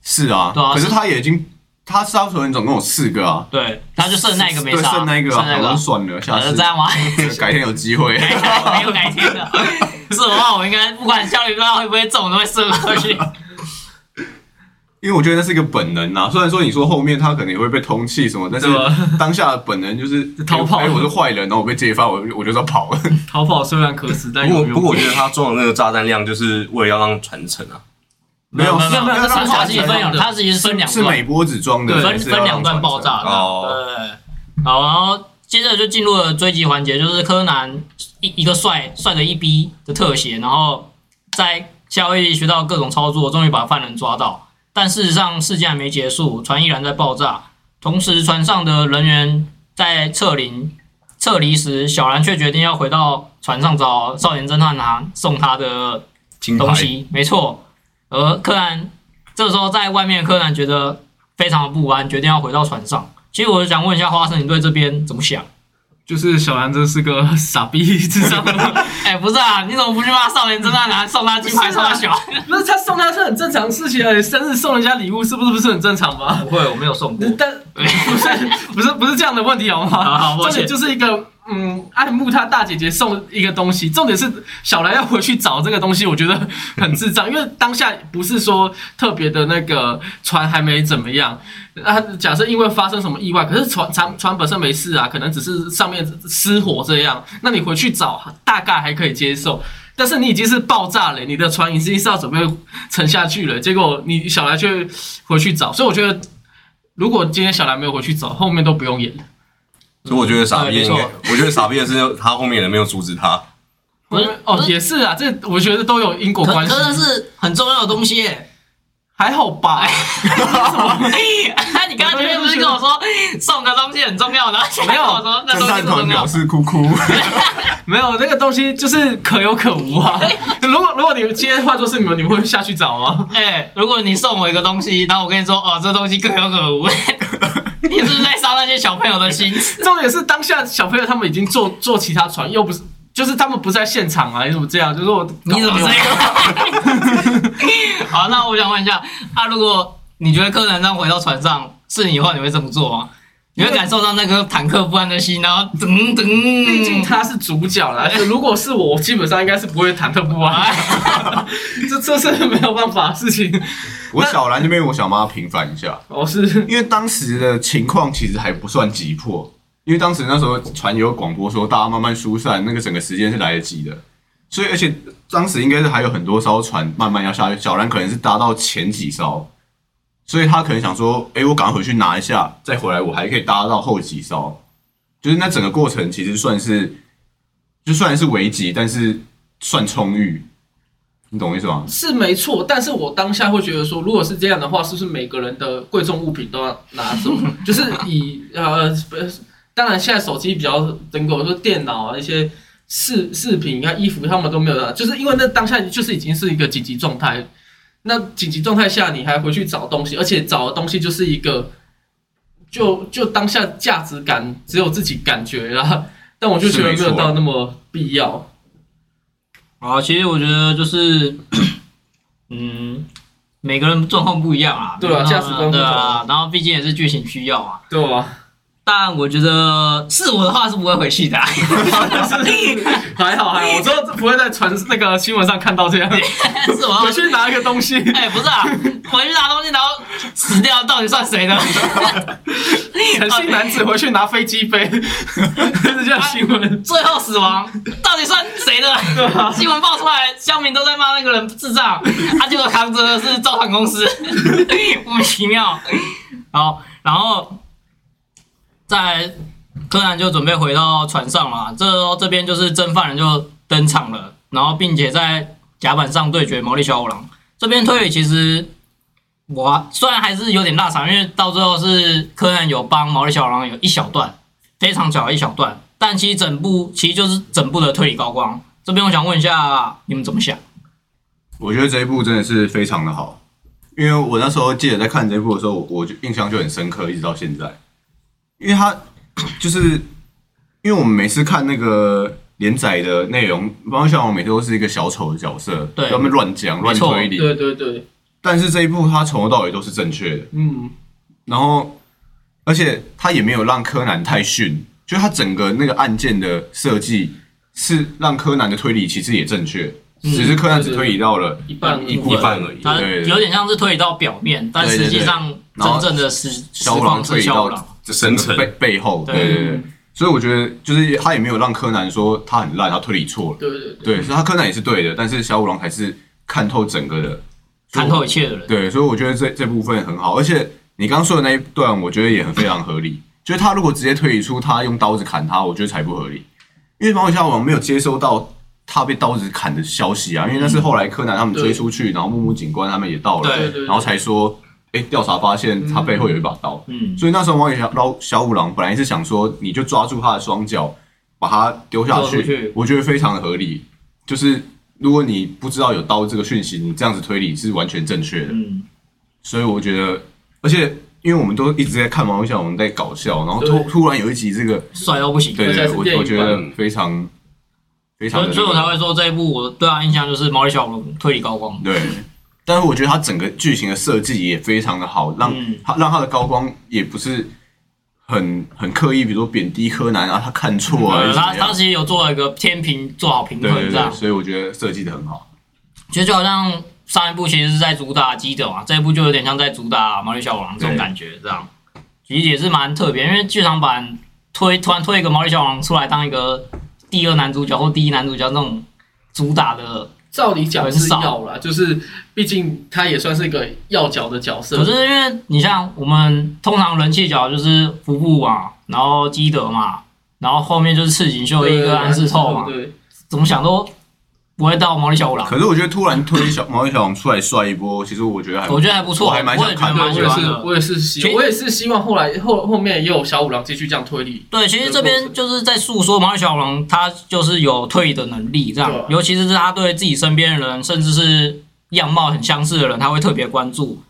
是啊，对啊可是是他也已经他杀手人总共有四个啊，对，他就剩那个没对杀，剩那一个啊，剩那然个后啊，算了，下呃次这样吗？ 改天有机会。 没有改天的。是的话，我应该不管效率不知道会不会中，我都会射过去。因为我觉得那是一个本能啊，虽然说你说后面他可能也会被通气什么，但是对吧当下的本能就是逃跑哎，我是坏人，然后我被揭发，我我就是要跑。逃跑虽然可耻，但不过有没有不过我觉得他装的那个炸弹量就是为了要让传承啊，没有没有没有，那那三那小是分两，它其实分两是段，美波子装的，还分是要分两段让爆炸的。哦对，好，然后接着就进入了追击环节，就是柯南一一个帅帅的一逼的特写，然后在夏威夷学到各种操作，终于把犯人抓到。但事实上，事件还没结束，船依然在爆炸。同时，船上的人员在撤离撤离时，小兰却决定要回到船上找少年侦探拿送他的金牌东西，没错。而柯南这时候在外面，柯南觉得非常的不安，决定要回到船上。其实我想问一下花生，你对这边怎么想？就是小兰真是个傻逼，智障。哎、不是啊，你怎么不去骂少年侦探男送他金牌送他小？不是他送他是很正常的事情啊，你生日送人家礼物是不是不是很正常吗？不会，我没有送过。但不是不是不是这样的问题好好吗？好抱重歉点就是一个嗯，爱慕他大姐姐送一个东西，重点是小兰要回去找这个东西，我觉得很智障，因为当下不是说特别的那个船还没怎么样，啊，假设因为发生什么意外，可是船船船本身没事啊，可能只是上面失火这样，那你回去找大概还可以接受。但是你已经是爆炸了，你的船已经是要准备沉下去了，结果你小兰却回去找，所以我觉得如果今天小兰没有回去找，后面都不用演了。所以我觉得傻逼对应嗯没该错，我觉得傻逼的是他后面人没有阻止他，不是哦不，是也是啊，这我觉得都有因果可关系可，是是很重要的东西耶、还 好吧？哎你刚刚前面不是跟我说送个东西很重要，然后现在跟我说那侦东西探不团重要表。示哭哭。 没有那个东西就是可有可无 啊。如果如果你们今天换作是你们，你们会下去找啊吗？哎、如果你送我一个东西，然后我跟你说哦，这东西可有可 无，你是不是在伤那些小朋友的心？重点是当下小朋友他们已经坐坐其他船，又不是。就是他们不在现场啊！你怎么这样？就是我，你怎么这样？ 好，那我想问一下，啊，如果你觉得柯南让回到船上是你的话，你会这么做吗？你会感受到那个坦克不安的心，然后噔噔。毕竟他是主角啦，嗯就如果是我，我基本上应该是不会忐忑不安， 这这是没有办法的事情。我小兰这边，我想帮她平反一下，我是因为当时的情况其实还不算急迫，因为当时那时候传有广播说大家慢慢疏散，那个整个时间是来得及的，所以而且当时应该是还有很多艘船慢慢要下去，小兰可能是搭到前几艘，所以她可能想说，哎、我赶快回去拿一下，再回来我还可以搭到后几艘，就是那整个过程其实算是，就虽然是危急，但是算充裕，你懂我意思吗？是没错，但是我当下会觉得说，如果是这样的话，是不是每个人的贵重物品都要拿走？ 就是以呃，不是当然现在手机比较呃能够说电脑啊一些饰饰品啊衣服他们都没有拿，就是因为那当下就是已经是一个紧急状态。那紧急状态下，你还回去找东西，而且找的东西就是一个，就就当下价值感只有自己感觉啦。但我就觉得没是有没错到那么必要。啊，其实我觉得就是，嗯，每个人状况不一样啊，对啊价值观不同对啊，然后毕竟也是剧情需要嘛。对吧？但我觉得是我的话是不会回去的啊、 还好还好，我之后不会在传那个新闻上看到这样。是 我我要去拿一个东西，哎、不是啊，回去拿东西然后死掉，到底算谁的？诚信男子回去拿飞机杯，这是叫新闻。最后死亡到底算谁的？对吧？新闻爆出来，乡民都在骂那个人智障，他结果扛着的是造船公司， 莫名其妙。好，然后在柯南就准备回到船上嘛，这时候这边就是真犯人就登场了，然后并且在甲板上对决毛利小五郎。这边推理其实我虽然还是有点落场，因为到最后是柯南有帮毛利小五郎有一小段，非常小的一小段，但其实整部其实就是整部的推理高光。这边我想问一下你们怎么想？我觉得这一部真的是非常的好，因为我那时候记得在看这一部的时候，我我就印象就很深刻，一直到现在。因为它 就是因为我们每次看那个连载的内容，包括像我每次都是一个小丑的角色，对他们乱讲没乱错推理，对对对，但是这一部它从头到尾都是正确的，嗯，然后而且他也没有让柯南太逊，就他整个那个案件的设计是让柯南的推理其实也正确，只是柯南只推理到了一半一一半而已。它有点像是推理到表面，但对实对际上然真后正的实实肖况郎是推理肖到郎。这深层背背后，对对对对，所以我觉得就是他也没有让柯南说他很烂，他推理错了，对对对。嗯对，所以他柯南也是对的，但是小五郎还是看透整个的，看透一切的人。对，所以我觉得这这部分很好，而且你刚说的那一段，我觉得也很非常合理。就是他如果直接推理出他用刀子砍他，我觉得才不合理，因为毛小王没有接收到他被刀子砍的消息啊，因为那是后来柯南他们追出去，然后木木警官他们也到了，嗯对对对然后才说，哎，调查发现他背后有一把刀，嗯，所以那时候毛小老小五郎本来是想说，你就抓住他的双脚，把他丢下丢出去，去我觉得非常的合理。就是如果你不知道有刀这个讯息，你这样子推理是完全正确的。嗯，所以我觉得，而且因为我们都一直在看毛小我们在搞笑，然后突对突然有一集这个，帅到不行。对而且还对，是我电影我觉版得非常非常所的以，那所以我个才会说这一部我对他印象就是毛利小五郎推理高光。对，但是我觉得它整个剧情的设计也非常的好，让嗯它、让它的高光也不是很很刻意，比如说贬低柯南啊，他看错啊，还呃是怎他么他样其实有做了一个天平，做好平对对衡这样对，。所以我觉得设计的很好。其实就好像上一部其实是在主打基德嘛，啊这一部就有点像在主打毛利小五郎这种对感觉，这样其实也是蛮特别，因为剧场版推突然推一个毛利小五郎出来当一个第二男主角或第一男主角那种主打的，照理讲很是少要啦，就是毕竟他也算是一个要角的角色可。是因为你像我们通常人气角就是服部嘛，然后基德嘛，然后后面就是赤井秀一对跟安室透嘛，对，怎么想都不会到毛利小五郎，可是我觉得突然推小毛小龙出来帅一波，其实我觉得还我觉得还不错，我还蛮我也想觉得看的蛮喜对我欢也的是，。我也是希其实望，我也是希望后来后后面也有小五郎继续这样推理。对，其实这边就是在诉说毛利小五郎他就是有推理的能力，这样对啊，尤其是他对自己身边的人，甚至是样貌很相似的人，他会特别关注。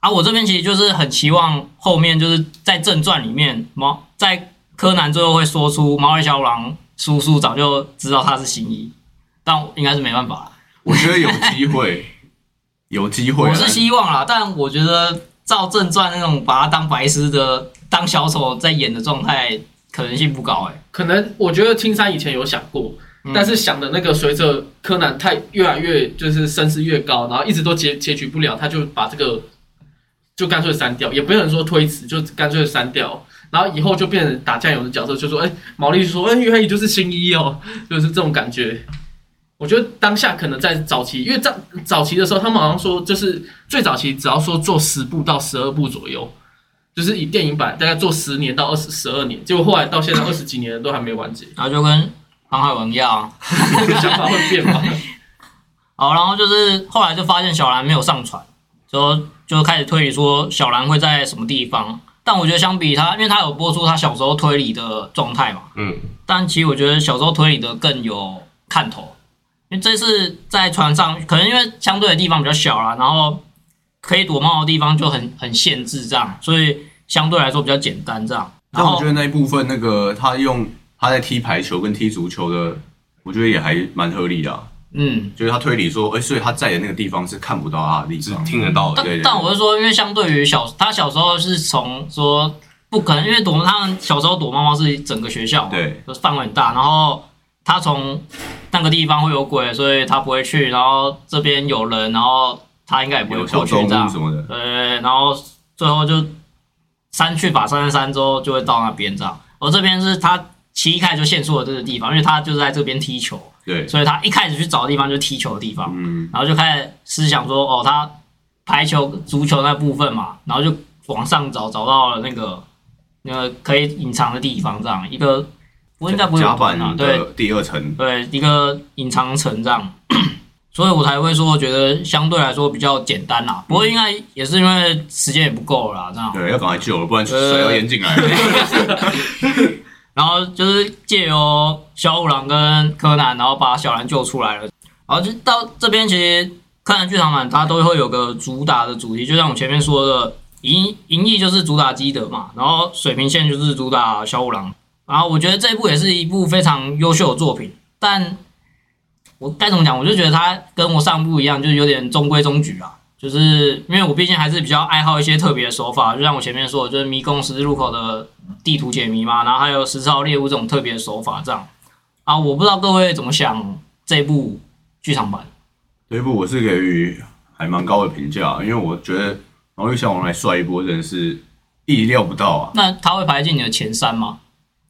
啊，我这边其实就是很期望后面就是在正传里面，毛在柯南最后会说出毛利小五郎叔叔早就知道他是新一，但我应该是没办法啦，我觉得有机 会，有机会啊。我是希望啦，但我觉得照正传那种把他当白痴的当小丑在演的状态可能性不高哎、可能我觉得青山以前有想过，嗯但是想的那个随着柯南太越来越就是声势越高，然后一直都结结局不了，他就把这个就干脆删掉，也不能说推迟，就干脆删掉。然后以后就变成打酱油的角色，就说：“哎，毛利就说，哎，原来你就是新一哦，就是这种感觉。”我觉得当下可能在早期，因为早早期的时候，他们好像说，就是最早期只要说做十部到十二部左右，就是以电影版大概做十年到二十十二年，结果后来到现在二十几年了都还没完结， 然后就跟航海王一样啊。想法会 变吗？好，然后就是后来就发现小兰没有上船，就就开始推理说小兰会在什么地方。但我觉得相比他，因为他有播出他小时候推理的状态嘛，嗯，但其实我觉得小时候推理的更有看头，因为这次在船上，可能因为相对的地方比较小啦，然后可以躲猫的地方就很很限制这样，所以相对来说比较简单这样。然但我后觉得那一部分那个他用他在踢排球跟踢足球的，我觉得也还蛮合理的啊、嗯，就是他推理说，哎、所以他在的那个地方是看不到他的地是方，听得到的。对对但对但我是说，因为相对于小他小时候是从说不可能，因为躲他们小时候躲猫猫是整个学校嘛，对，就是范围很大。然后他从那个地方会有鬼，所以他不会去。然后这边有人，然后他应该也不会有小过去动物这样。什么的，对，然后最后就删去法三十三之后就会到那边这样。我这边是他其一开始就限缩了这个地方，因为他就是在这边踢球，对，所以他一开始去找的地方就是踢球的地方。嗯，然后就开始思想说，哦，他排球、足球那部分嘛，然后就往上找，找到了那个那个可以隐藏的地方，这样一个不应该不会有甲人啊板对的第二层，对，一个隐藏层这样， 所以我才会说，我觉得相对来说比较简单啦。不过应该也是因为时间也不够了啦，这样。对，要赶快救了，不然呃水要淹进来 了。然后就是借由小五郎跟柯南，然后把小兰救出来了。然后就到这边，其实柯南剧场版它都会有个主打的主题，就像我前面说的，银银翼就是主打基德嘛，然后水平线就是主打小五郎。然后我觉得这一部也是一部非常优秀的作品，但我该怎么讲？我就觉得它跟我上部一样，就是有点中规中矩啊。就是因为我毕竟还是比较爱好一些特别的手法，就像我前面说的，就是迷宫十字路口的地图解谜嘛，然后还有十四号猎物这种特别的手法，这样啊，我不知道各位怎么想这部剧场版。这一部我是给予还蛮高的评价，因为我觉得毛利小五郎来帅一波真的是意料不到啊。那它会排进你的前三吗？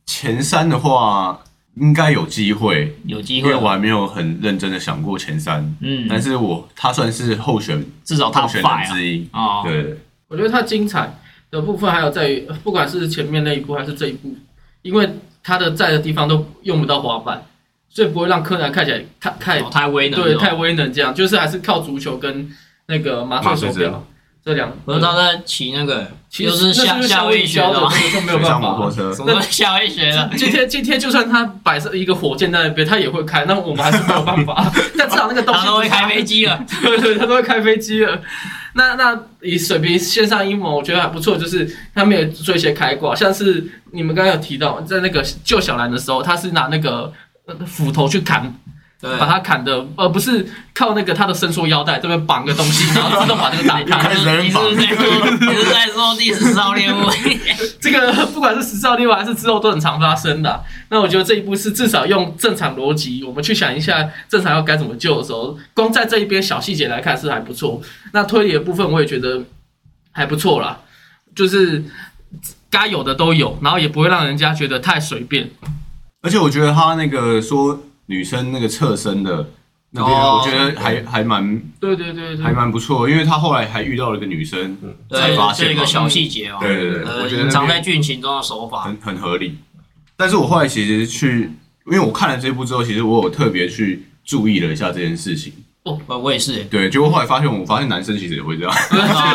前三的话应该有机会，有机因为会我吗？还没有很认真的想过前三，嗯，但是我他算是候选至少它候选人 five 之一。啊，哦，对，我觉得它精彩的部分还有在于，呃不管是前面那一部还是这一部，因为它的在的地方都用不到滑板，所以不会让柯南看起来太太哦太威能对了。太威能这样，就是还是靠足球跟那个麻醉手麻醉表这两我个知。道在骑那个，其实就是夏那是夏威夷学教的的，吗？这个就没水有办上摩法啊托。车什么夏威夷学的？ 今天今天就算他摆设一个火箭在那边，他也会开，那我们还是没有办法。 但至少那个东西他都会开飞机， 机了。对对，他都会开飞机了。那那以水平线上阴谋，我觉得还不错，就是他们也做一些开挂，像是你们刚刚有提到，在那个救小兰的时候，他是拿那个呃斧头去砍，对把，他砍的，而不是靠那个他的伸缩腰带这边绑个东西，然后自动把这个打开。开始在那你边是不绑是在说，你是不是在说第十号猎物？这个 不管是时效例外还是之后都很常发生的啊、那我觉得这一步是至少用正常逻辑，我们去想一下正常要该怎么救的时候，光在这一边小细节来看是还不错。那推理的部分我也觉得还不错啦，就是该有的都有，然后也不会让人家觉得太随便。而且我觉得他那个说女生那个侧身的那边，哦我觉得还还蛮对对对还对，蛮不错，因为他后来还遇到了一个女生， 才发对，现是一嘛个小细节嘛。对对对，呃，我觉得隐那藏边在剧情中的手法。很很合理。但是我后来其实去，因为我看了这部之后，其实我有特别去注意了一下这件事情。我我也是欸，对，结果后来发现，我发现男生其实也 会这样。啊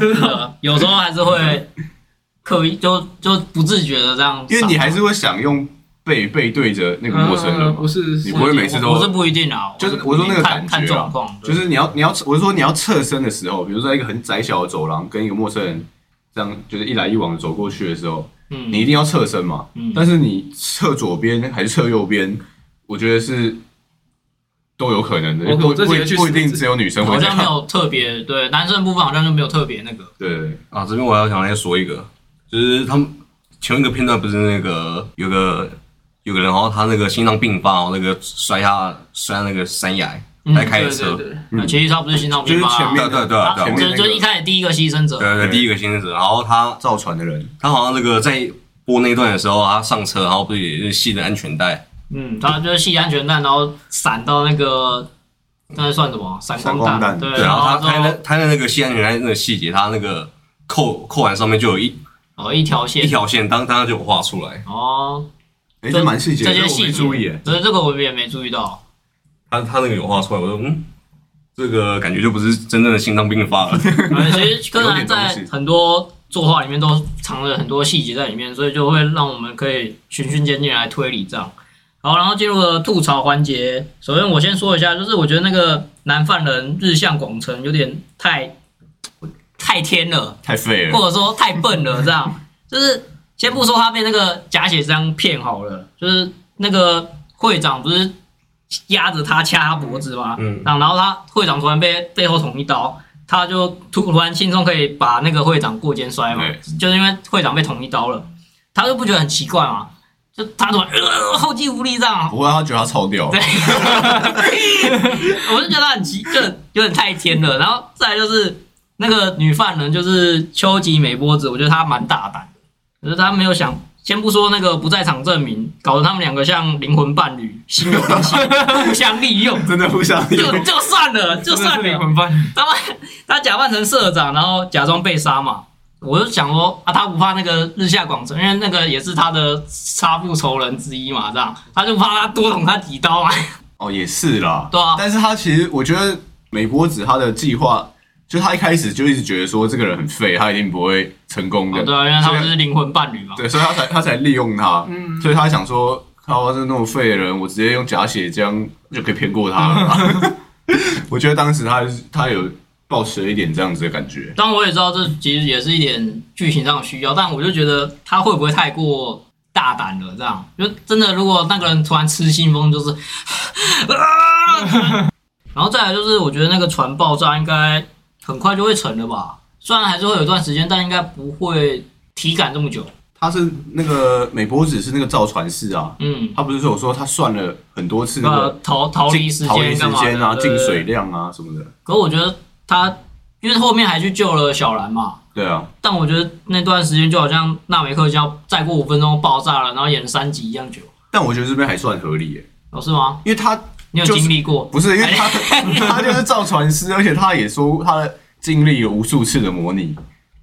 真的，啊有时候还是会刻意就就不自觉的这样上，因为你还是会想用背背对着那个陌生人呃嗯嘛不，是你不会每次都我是不一定啊，就是是我说那个看感觉啊看状况，对就是你要你要，我是说你要侧身的时候，比如说在一个很窄小的走廊，跟一个陌生人这样就是一来一往的走过去的时候，嗯你一定要侧身嘛。嗯但是你侧左边还是侧右边，我觉得是都有可能的， OK，不我这不几个去不一定试试只有女生会好这像样没。有特别对男生的部分好像就没有特别那个， 对，啊，这边我要想再说一个，就是他们前面一个片段不是那个有个有个人，然后他那个心脏病发，然后那个摔下摔下那个山崖，嗯来开对的对车，对，那其实他不哦是心脏病吧？就是前面啊对对对对他对前就面就是一开始第一个牺牲者，对对，第一个先生，然后他造船的人，他好像那个在播那段的时候，啊他上车，然后不是也是系的安全带，嗯，他就是系安全带，然后闪到那个那算什么？闪闪光光弹，弹对，对，然后他之后他在他在那个系安全带那个细节，他那个扣扣环上面就有一哦一条一线，条线，当当然就有画出来，哦，哎，这蛮细节的，这些我细节没注意，哎，对，这个我也没注意到。他他那个有画出来，我说嗯，这个感觉就不是真正的心脏病发了， 呃其实柯有南点东在西很多作画里面都藏了很多细节在里面，所以就会让我们可以循序渐进来推理这样。好，然后进入了吐槽环节。首先我先说一下，就是我觉得那个男犯人日向广成有点太太天了。太废了，或者说太笨了，这样 就是先不说他被那个假血章骗好了，就是那个会长不是压着他掐他脖子吗？嗯然后然后他会长突然被背后捅一刀，他就突然轻松可以把那个会长过肩摔嘛对，就是因为会长被捅一刀了，他就不觉得很奇怪嘛，就他突然呃后继无力这样，不过他觉得他超屌对，， 我就觉得很奇，就有点太天了。然后再来就是那个女犯人，就是秋吉美波子，我觉得她蛮大胆的，可是她没有想，先不说那个不在场证明，搞得他们两个像灵魂伴侣，心有灵犀，互相利用，真的不想理就就算了，就算灵了。魂伴侣，他们他假扮成社长，然后假装被杀嘛。我就想说啊，他不怕那个日下广成，因为那个也是他的杀父仇人之一嘛，这样他就怕他多捅他几刀嘛。 哦，也是啦，对啊但是他其实我觉得美波子他的计划，就他一开始就一直觉得说这个人很废，他一定不会成功的，哦对啊，因为他们是灵魂伴侣嘛。对，所以他才他才利用他，嗯，所以他想说，靠，这那么废的人，我直接用假血浆就可以骗过他了吧。 我觉得当时他他有抱持了一点这样子的感觉，当然我也知道这其实也是一点剧情上的需要，但我就觉得他会不会太过大胆了？这样就真的，如果那个人突然吃信封，就是 啊， 然后再来就是，我觉得那个船爆炸应该很快就会成了吧？虽然还是会有一段时间，但应该不会体感这么久。他是那个美波子是那个造船师啊，嗯，他不是说我说他算了很多次那呃个，逃逃离时进逃离间时干嘛间的啊、对进对水对量啊什么的，可我觉得他因为后面还去救了小兰嘛，对啊，但我觉得那段时间就好像纳美克要再过五分钟爆炸了，然后演三集一样久，但我觉得这边还算合理耶、哦是吗？因为他你有就是经历过？不是因为他哎 他就是造船师，而且他也说他的经历有无数次的模拟，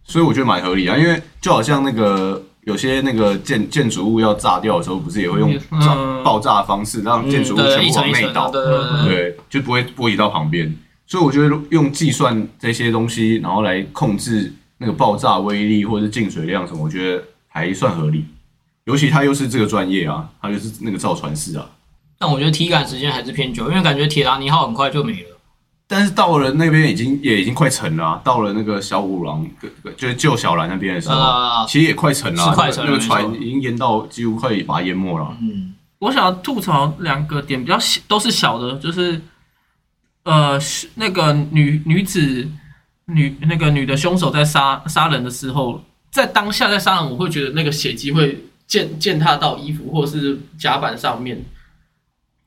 所以我觉得蛮合理啊。因为就好像那个有些那个建建筑物要炸掉的时候，不是也会用嗯炸爆炸的方式让建筑嗯物对，全一部层往一内层的，倒，对对对对。对，就不会波移到旁边。所以我觉得用计算这些东西，然后来控制那个爆炸威力或者是进水量什么，我觉得还算合理。尤其他又是这个专业啊，他就是那个造船师啊。但我觉得体感时间还是偏久，因为感觉铁达尼号很快就没了。但是到了那边已经也已经快成了啊、到了那个小五郎，就是救小兰那边的时候，啊其实也快成了啊、是快成了那个没船错已经淹到几乎快把它淹没了啊。嗯，我想要吐槽两个点，比较小，都是小的，就是呃，是那个女女子女那个女的凶手在杀杀人的时候，在当下在杀人，我会觉得那个血迹会践践踏到衣服或是甲板上面，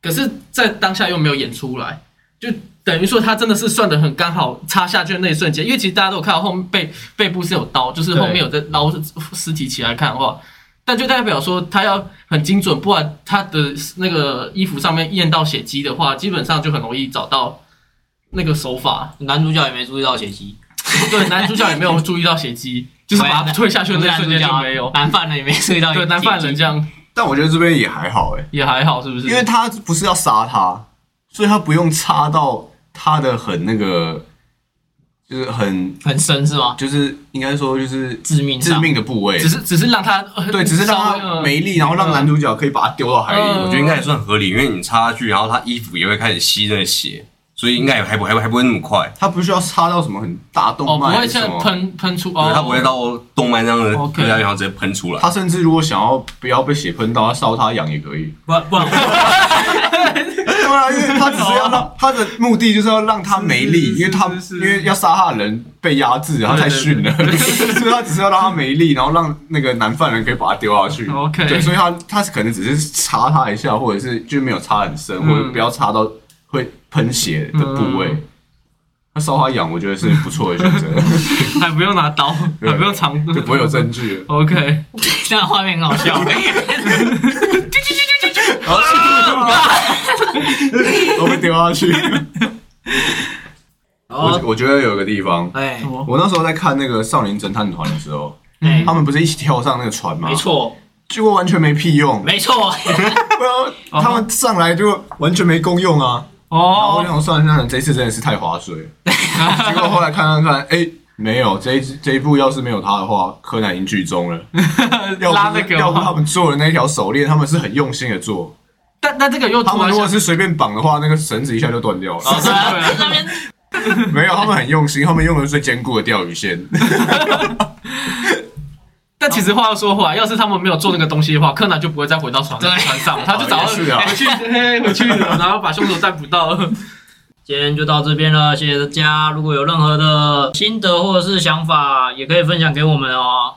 可是，在当下又没有演出来，就等于说他真的是算的很刚好，插下去的那一瞬间，因为其实大家都有看到后面背背部是有刀，就是后面有在捞尸体起来看的话，但就代表说他要很精准，不然他的那个衣服上面验到血迹的话，基本上就很容易找到那个手法。嗯男主角也没注意到血迹，对，男主角也没有注意到血迹，就是把他推下去的那一瞬间就没有。男犯人也没注意到血迹。对，男犯人这样但我觉得这边也还好哎、也还好，是不是？因为他不是要杀他，所以他不用插到他的很那个，就是很很深是吗？就是应该说就是致命致伤命的部位只，是只是让他对，只是呃让呃他没力，然后让男主角可以把他丢到海里。嗯我觉得应该也算合理，因为你插下去，然后他衣服也会开始吸那个血，所以应该也还不还不还不会那么快，他不需要插到什么很大哦动不脉会还是什像么，喷喷出哦对，，他不会到动脉那样的 OK 对下去，然后直接喷出来。他甚至如果想要不要被血喷到，他烧他痒也可以。不不然，啊，因为他只是要让 他的目的就是要让他没力，因为他是是因为要杀他的人被压制，他太逊了， 所以他只是要让他没力，然后让那个男犯人可以把他丢下去。 OK 对，所以他他是可能只是插他一下，或者是就没有插很深，嗯或者不要插到会喷血的部位嗯。他烧他痒，我觉得是不错的选择，还不用拿刀，还不用藏，就不会有证据了。 OK，那画面很好 笑。然后我被丢下去。我哦，我觉得有个地方，哎什，么？我那时候在看那个少年侦探团的时候，哎他们不是一起跳上那个船吗？没，错，结果完全没屁用，没错，哦然后他们上来就完全没功用啊。然后我哦，想算了算了，这一次真的是太划水了。结果后来看看看，哎、没有这一支这一部要是没有他的话，柯南已经剧终了。要拉不那是个要不他吗，们做的那条手链，他们是很用心的做，但但这个又他突们然如果想，是随便绑的话，那个绳子一下就断 掉了。在啊那边没有，他们很用心，他们用的是最坚固的钓鱼线。但其实话又说回来，要是他们没有做那个东西的话，柯南就不会再回到船对船上，他就早也是啊上回去，嘿，回去了，然后把凶手逮捕到了。今天就到这边了，谢谢大家。如果有任何的心得或者是想法，也可以分享给我们哦。